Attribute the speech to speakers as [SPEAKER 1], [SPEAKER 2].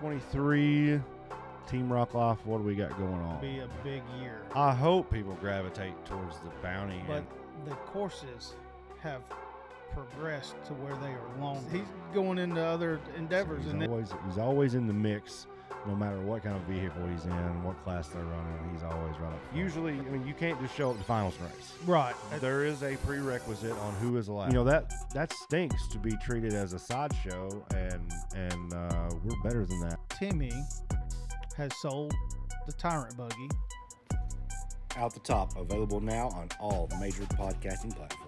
[SPEAKER 1] 2023 Team Rock Life. What do we got going
[SPEAKER 2] Be
[SPEAKER 1] on?
[SPEAKER 2] a big year.
[SPEAKER 1] I hope people gravitate towards the bounty.
[SPEAKER 2] But
[SPEAKER 1] and
[SPEAKER 2] the courses have progressed to where they are long. He's going into other endeavors,
[SPEAKER 1] he's
[SPEAKER 2] and
[SPEAKER 1] always he's always in the mix, no matter what kind of vehicle he's in, what class they're running. He's always right up. front. Usually, I mean, you can't just show up to finals race.
[SPEAKER 2] right,
[SPEAKER 1] There is a prerequisite on who is allowed. You know that that stinks to be treated as a sideshow, and and uh, we're better than that.
[SPEAKER 2] Timmy has sold the Tyrant buggy.
[SPEAKER 3] Out the Top, available now on all major podcasting platforms.